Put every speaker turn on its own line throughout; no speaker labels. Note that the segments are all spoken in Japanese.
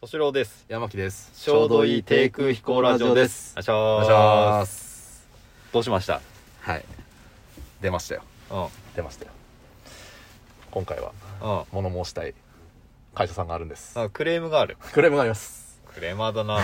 敏郎です。
山木です
ちょうどいい低空飛行ラジオです。し
お
ょ
願いします
どうしました
はい出ましたよ
うん。うん。
出ましたよ今回は
あ
物申したい会社さんがあるんです
クレームがある。
クレームがあります
クレーマーだな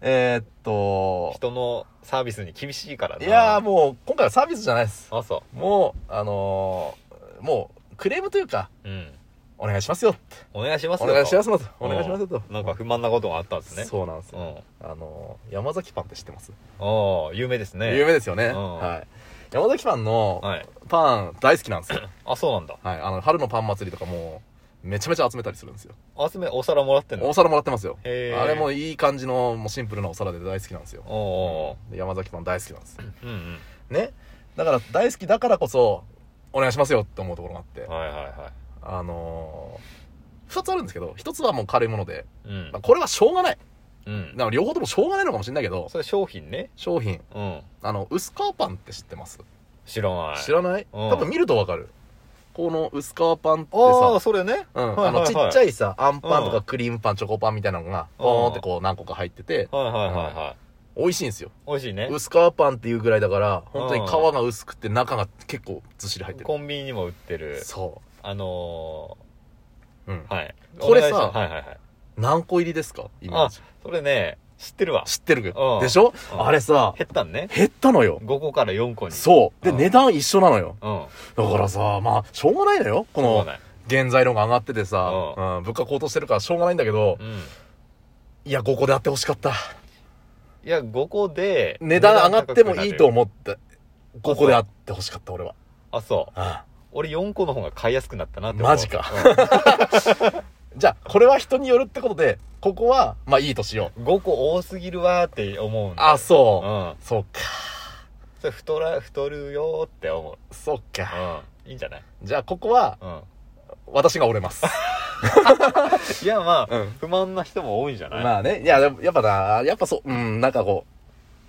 えー、っと
人のサービスに厳しいから
い
な。
やーもう今回はサービスじゃないです
あ、そ
もうあのーもうクレームというか
う。うん。
お願いしますよって
お願いします。
お願いしますすよとお願いしますよと
なんか不満なことがあったんですね。
そうなんです
う
よ、
ん。
あのー山崎パンって知ってます、
ああ、有名ですね。
有名ですよね、
うん
はい山崎パンの
はい。
パン大好きなん ですよ
あ、そうなんだ。
はい、あの春のパン祭りとかもうめちゃめちゃ集めたりするんですよ
集め、お皿もらってんの
お皿もらってますよあ
へー
れもいい感じのもうシンプルなお皿で大好きなんですよ
お
で山崎パン大好きなんです
ーうん
ねだから大好きだからこそお願いしますよって思うところがあって
うん。はいはいは
あのー、2つあるんですけど1つはもう軽いもので、
い。うん
まあ、。これはしょうがない
うん。
だから両方ともしょうがないのかもしれないけど
それ商品ね。
商品
うん。
あの薄皮パンって知ってます
知らない。
知らない
うん
多分見るとわかるこの薄皮パンって
ああ、
さ
それね。
うん
はい
あ
はい
の
は
ち
い
っちゃいさ、あんパンと
う
か
ん
クリームパン、チョコパンみたいなのが、ポーンってこう何個か入ってて、
はいはいはいはい。
美味しいんですよ。
美味しいね。
薄皮パンっていうぐらいだから、本当に皮が薄くて中が結構ずっしり入ってる。
コンビニにも売ってる。
そ
あの
う。うん
ー、。はい。
これさ
お願いしますはいはいはい。
何個入りですか今。
それね、知ってるわ。
知ってるけ
う
ど
ん
でしょ
うん
あれさ、
減ったんね。
減ったのよ。
5個から4個に。
そう。で、
うん
値段一緒なのよ。
う。うん。
だからさ、まあ、しょうがないのよ。こ
そう
の、
ない。
原材料が上がっててさ、
う
うん物価高騰してるからしょうがないんだけど
う、ん。
いや、ここであってほしかった。
いや、5個で、
値段上がってもいいと
う。
思って、ここであってほしかった、俺は。
あ、そう。
うん
俺4個の方が買いやすくなったなって思う。
マジかじゃあ、これは人によるってことで、ここは、まあいいとしよう。
うん。5個多すぎるわーって思うんだよ
あ、
う
そう。
ん。
そうか。
それ太ら、太るよーって思う。
そうか。
うん。いいんじゃない
じゃあ、ここは、
うん。
私が折れます。
いや、まあ、
うん
不満な人も多いんじゃない
まあね。いや、でもやっぱな、やっぱそう、うん、なんかこ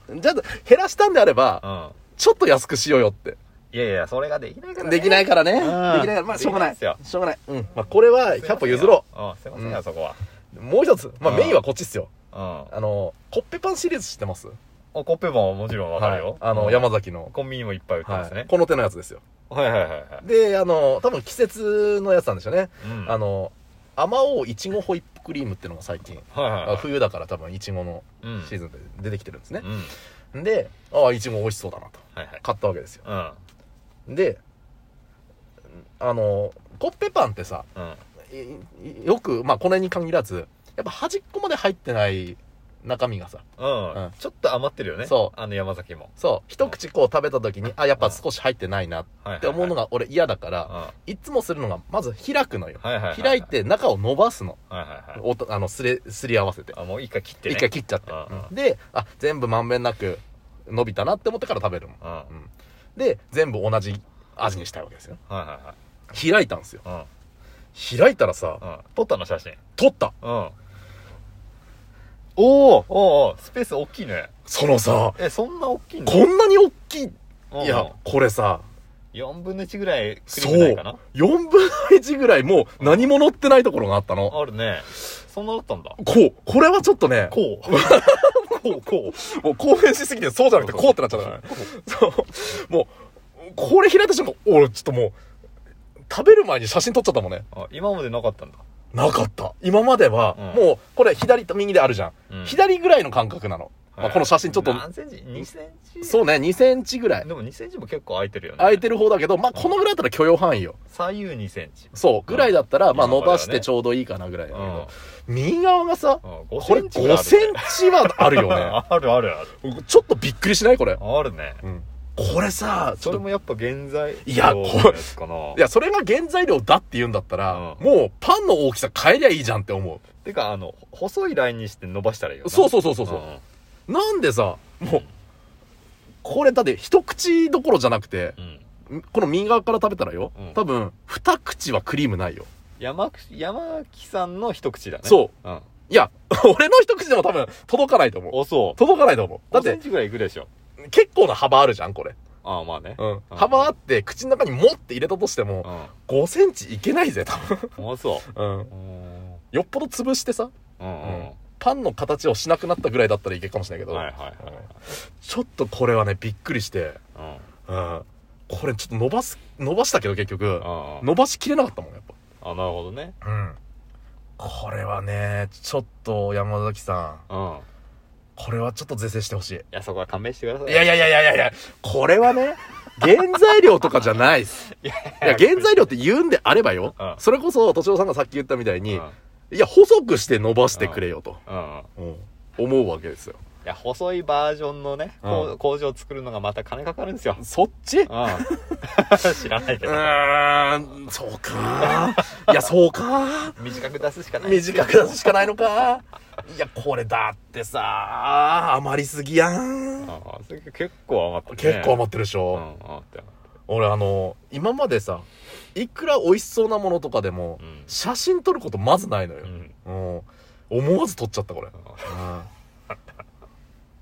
う。じゃあ、減らしたんであれば、
あ。うん。
ちょっと安くしようよって。
いやいや、それができないからね。
できないからね。でき
ん
ないから、まあ、しょうがな
で
い。
きないで
しょうがない。うん。まあ、これは、100歩譲ろ
う。うん、すいませんよ、
うん
そこは。
う。もう一つ。まあ、
うん
メインはこっちっすよ。
うん。
あの、コッペパンシリーズ知ってます
おコッペパンはもちろんわかるよ。
あの、
うん
山崎の。
コンビニもいっぱい売ってます
はい
ね。
この手のやつですよ。
はいはいはいはい。
で、あの、多分季節のやつなんでしょうね。
うん
あ、の、あまおういちごホイップクリームっていうのが最近、
はいはいはい。
冬だから多分いちごの
うん
シーズンで出てきてるんですね
う。ん。
で、ああ、いちご美味しそうだなと。
はいはい。
買ったわけですよ。
う
で、あの、コッペパンってさ、
ん。うん。
いよく、まあ、これに限らず、やっぱ端っこまで入ってない中身がさ、
うん。
うん
ちょっと余ってるよね。。
そう
あの山崎も。
そう、一口こう食べた時に、あ、やっぱ少し入ってないなっ
はいはいはい。
て思うの
が。
が俺嫌だから、
はい
つもするのが、まず開くのよ。
いはいはい。
開い。て中を伸ばすの。
はいはいはい。
おとあの、すれ、すり合わせて。
あ、もう一回切ってね。
一回切っちゃって
うん。うん
で、あ、全部まんべんなく伸びたなって思ってから食べるもん。
うん。はい
で、全部同じ味にしたいわけですよ。
は
開いたんですよ。
いはい。
開いたらさ
う、ん。うん。撮ったの写真。
取った
うん。おう
おお
おうスペース大きいね。
そのさ、
え、そんな大きいの
こんなに大きい、
うん
いや、これさ、
4分の1ぐらいクリー
そ
ム
う
ないかな、
4分の1ぐらいもう何も乗ってないところがあったの。
あるね。そんなだったんだ。
こう、これはちょっとね、
こう。こう、こう。
もう興奮しすぎてそうじゃなくてこうってなっちゃったからね。 そう、もう、これ開いた瞬間、俺ちょっともう、食べる前に写真撮っちゃったもんね。
あ今までなかったんだ。
なかった。今までは、
うん
もう、これ左と右であるじゃん。
うん
左ぐらいの感覚なの。まあ、この写真ちょっと、
何センチ ?2 センチ
そうね、2センチぐらい。
でも2センチも結構空いてるよね。
空いてる方だけど、まあ、このぐらいだったら許容範囲よ。
左右2センチ。
そう、ぐらいだったら、
うん
まあ、
今
伸
までは
ば
ね
してちょうどいいかなぐらいだ
う
け
ん。
ど、右側がさ、
うん5
これ
センチぐらい
5センチはあるよね。
あるあるある。
ちょっとびっくりしないこれ。
あるね。
うんこれさ、ち
そ
ょっ
れ
と、
もやっぱ現在。
いやこ
れ。かな。
いや、それが原材料だって言うんだったら、
うん
もう、パンの大きさ変えりゃいいじゃんって思
てか、あの、細いラインにして伸ばしたらいいよ
う。
な。
そうそうそうそうそう。
ん
なんでさ、もう、これだって一口どころじゃなくて、
うん。
この右側から食べたらよ、
うん
多分、二口はクリームないよ。
山口、山木さんの一口だね。。
そう
うん。
いや、 俺の一口でも多分届かないと思う。
お、そう。
届かないと思う。だ
5
っ
セン
て、
チぐらいいくでしょ。
結構な幅あるじゃん、これ。
ああ、まあね。
うん。幅あって、口の中にもって入れたとしても、
う
5センチいけないぜ、多分。
ん。あ、そう。
うん。
うん。
いよっぽど潰してさ、
うんうん
うんパンの形をしなくなったぐらいだったらいけるかもしれないけど、
はいはいはい
うんちょっとこれはねびっくりして、
うんうん
うん、これちょっと伸ばす伸ばしたけど結局
あ
伸ばしきれなかったもんやっ
あなるほどね
ぱ、うん、これはねちょっと山崎さん
うん
これはちょっと是正してほしい
いやそこは勘弁してください
いやい
や
やいやいやいやいや、これは ね、原材料とかじゃないっす。
いや
いや、原材料って言うんであればよ
うん。
それこそ、敏夫さんがさっき言ったみたいに、
うん
いや、細くして伸ばしてくれよと、
うんうん
うん思うわけですよ。
いや細いバージョンのね、こう
うん
工場作るのがまた金かかるんですよ、
そっちう
うん、 知らないけど
ーん、そうかー。いや、そうかー。
短く出すしかない
短く出すしかないのかー。いや、これだってさー、余りすぎやん。
ああそれ結構余ってる、ね、
結構余ってるでしょ。
うん余ってる
俺、あの、今までさ、いくら美味しそうなものとかでも、
うん
写真撮ることまずないのよ
う、ん
うん、思わず撮っちゃったこれ、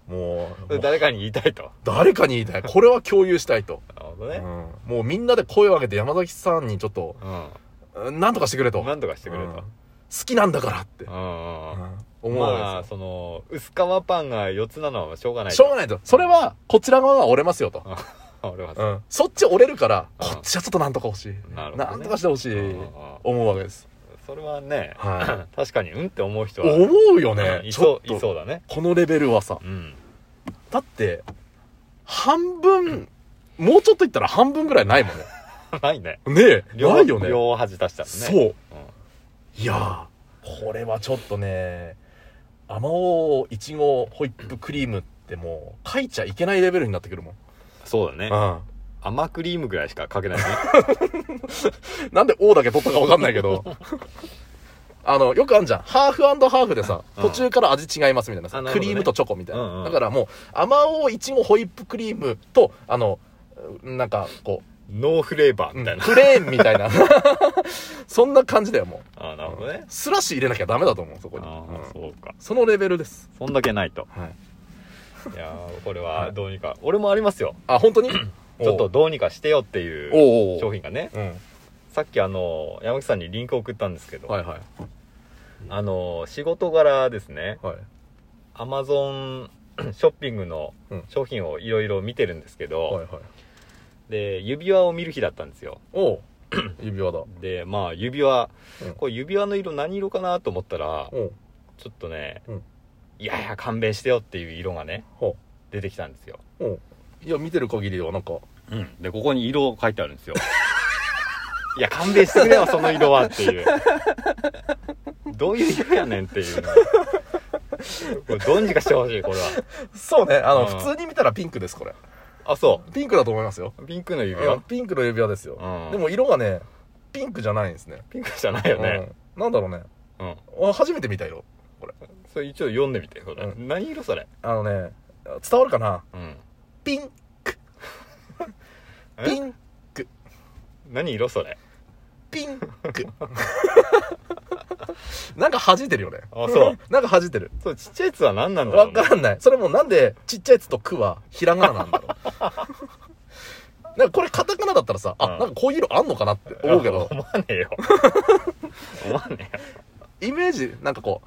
うん もう
それ誰かに言いたいと
誰かに言いたいこれは共有したいと、
なるほど
うん
ね、
もうみんなで声を上げて山崎さんにちょっと
うん
うんなんとかしてくれと
何とかしてくれ
うん好
と、
きなんだからって、
うんうんうん
うん思う
ま
わ
あ
けですよ
その薄皮パンが4つなのはしょうがない
しょうがないとそれはこちら側が折れますよと、
が俺は
う
さ
ん、そっち折れるから
うん
こっちはちょっとなんとか欲しい
なるほどね
んとかしてほし
うん
い
うんうん
思うわけです、
それはね、
は
確かにうんって思う人は
思うよね
うんい
ちょ
そ
っ
うい
と
そうだね
このレベルはさ
うん
だって、半分、もうちょっと言ったら半分ぐらいないもん ね。
ないね
ねえ、
両
ないよね。
両端出したらね
そう。
うん
いやー、これはちょっとね、あまおういちごホイップクリームってもう、書いちゃいけないレベルになってくるもん。
そうだね
う
甘クリームぐらいしかかけないね
ん。なんで王だけ取ったかわかんないけど。 あの、よくあんじゃん。ハーフハーフでさ、
うん
途中から味違いますみたいなさ、
あなるほ
ク
どね
リームとチョコみたいな。
うんうん
だからもう、あまおういちごホイップクリームと、あの、なんか、こう、
ノーフレーバーみたいな、
プレーンみたいな そんな感じだよも
ああなるほどね
うスラッシュ入れなきゃダメだと思うそこに、
あ
うん
あそうか
そのレベルです
そんだけない と
はい
いやーこれはどうにか俺もありますよ
あ本当にち
ちょっとどうにかしてよって
お
いう
おうおう
商品がね
うん
さっきあの山口さんにリンク送ったんですけど、
はいはい
あの仕事柄ですね
はい
アマゾン ショッピングの
うん
商品をいろいろ見てるんですけど、
はいはい
で指輪を見る日だったんですよ
おう指輪だ
でまあ指輪、
うん
これ指輪の色何色かなと思ったら
おう
ちょっとね、
うん
いやいや勘弁してよっていう色がね
ほ
出てきたんですよ、
うおういや見てる限りではなんか
でここに色書いてあるんですよ いや勘弁してくれよその色はっていうどういう色やねんっていうのこれどうにかしてほしいこれは
そうねあの、
うん
普通に見たらピンクですこれ
あそ
ピンクだと思いますよ
うピンクの指
う
輪
んピンクの指輪ですよ、
うん
でも色がねピンクじゃないんですね
ピンクじゃないよね、
うんなんだろうね
うん
あ初めて見た色
それ一応読んでみてそれ、
う
何色それ
あのね伝わるかな
うん
ピン
え
ピン
何色それ
ピンク。 なんか弾いてるよね。
あそう。
なんか弾いてる。
そうちっちゃいやつは何なんだろ
わ
うね
かんない。それもなんでちっちゃいやつとくはひらがなな んだろう。なんかこれカタカナだったらさ、あ、
うん
なんかこういう色あんのかなって思うけど、
思わねえ よ思わね
イメージ、なんかこ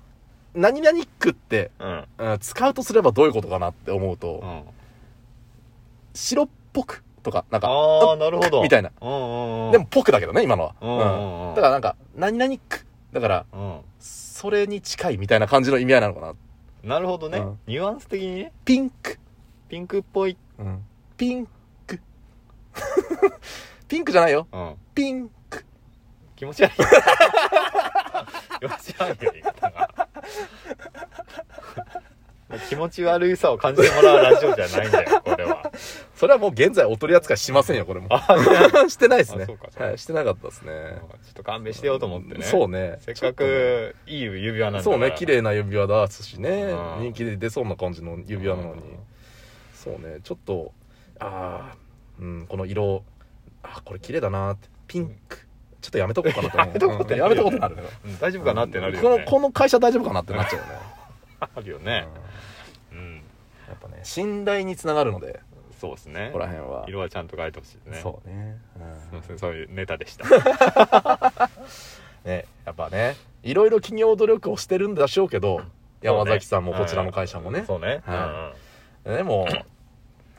う、何々区って、
えよ
うん使うとすればどういうことかなって思うと
う、ん、うん、
白っぽくとか、なんか、
ああなるほど
みたいな。
うんうんうん
でも、ぽくだけどね、今の
うんうん
は。
う
うんん。だからなんか、何々区。だから、
う
それに近いみたいな感じの意味合いなのかな。
ん、なるほどね、
うん
ニュアンス的にね
ピンク。
ピンクっぽい、
ピンク。 ピンクじゃないよ。
うん、
ピンク。
気持ち 悪い気持ち悪いよ言い方が気持ち悪さを感じてもらうラジオじゃないんだよこれは
それはもう現在お取り扱いしませんよ、これも。
あそうちょ
してないですね
あそうかそう。か
はい、してなかったですね。
っと勘弁してよと思ってね
そうね。
せっかくいい指輪なんだか
そ
ら
うね、綺麗な指輪だしね
う。ん
人気で出そうな感じの指輪なのに
うん。
そうね、ちょっと、ああ、うん、この色、あーこれ綺麗だなって。ピンク。ちょっとやめとこうかなと思う。
やめとこうって
うんやめとこうってなるね。
うん大丈夫かなってなるよ
この
ね、
この会社大丈夫かなってなっちゃうよね。
あるよ
う ん
ねうん
やっぱね、信頼につながるので、
そうですね
ここら辺は。
色はちゃんと書いてほしいですね
そうね。うん
すいませんそういうネタでした
ね、やっぱね、いろいろ企業努力をしてるんでしょうけど、 山崎さんもこちらの会社もね。
そうね。
はでも、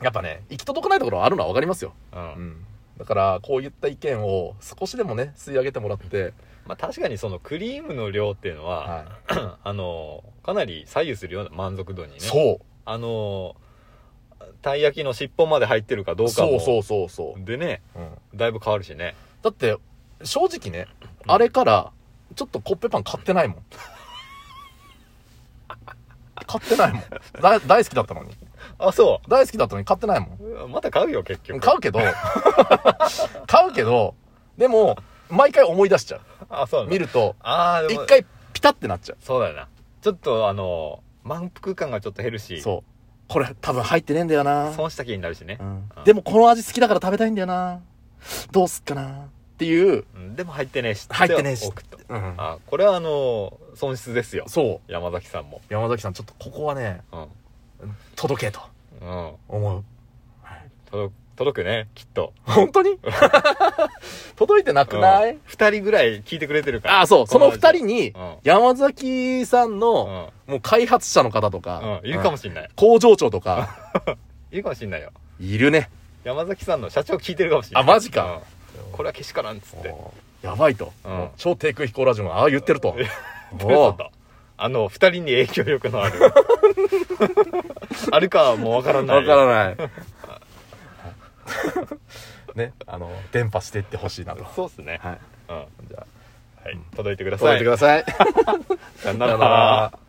やっぱね、行き届かないところはあるのはわかりますよ。
うんうん
う
うん
ん。だから、こういった意見を少しでもね、吸い上げてもらって、
まあ確かにそのクリームの量っていうのは、
は
あのかなり左右するような満足度にね
い。そう。
あのたい焼きの尻尾まで入ってるかどうか
そ
も
うそうそうそ
でね
う。うん
だいぶ変わるしね
だって、正直ね、
うん
あれから、ちょっとコッペパン買っ てないもん。買ってないもん。だ大好きだったのに。
あそ
大好きだったのに買ってないも
ううんまた買うよ結局
ん。買う けど、買うけど、でも、毎回思い出しちゃ
あそうな
う。
の
見ると、
ああで
一
も
回ピタってなっちゃ
そうだよなちょっとあの満腹感がちょっと減る
う。
し
そう。これ多分入ってねえんだよな。
損した気になるしね
う、んでもこの味好きだから食べたいんだよな。どうすっかな。っていう。
うんでも入ってねえし
入ってねえし
置くと
うん
あこれはあの損失ですよ
そう。
山崎さんも
山崎さん、ちょっとここはね、
うん、
届けと
うん、
思う。
届く届くねきっと
本当 に届いてなくない、
2人ぐらい聞いてくれてるから
ああ、そう。その二
に
人に
う、ん
山崎さん
う
の、
ん
もう開発者の方とか
う、んいるかも
しれな
しん
い。
ない
工場長とか、
いるかもしんないよ
いるね。
山崎さんの社長聞いてるかもしんない
あマジか、
うんこれはけしからんっつって
もうやばいと。
うん
もう超低空飛行ラジオの、あ あ言ってると。
どう
お
いうことあの2人に影響力のあ るあるかはもうわから
う
ない
わからない。 ね、あの、伝播していってほしいなと。
そうっすね
はい。
うんは
じゃあ、
い届いてくださ
覚え
い
てください。
さよ
さ
な
よ な
ら
ら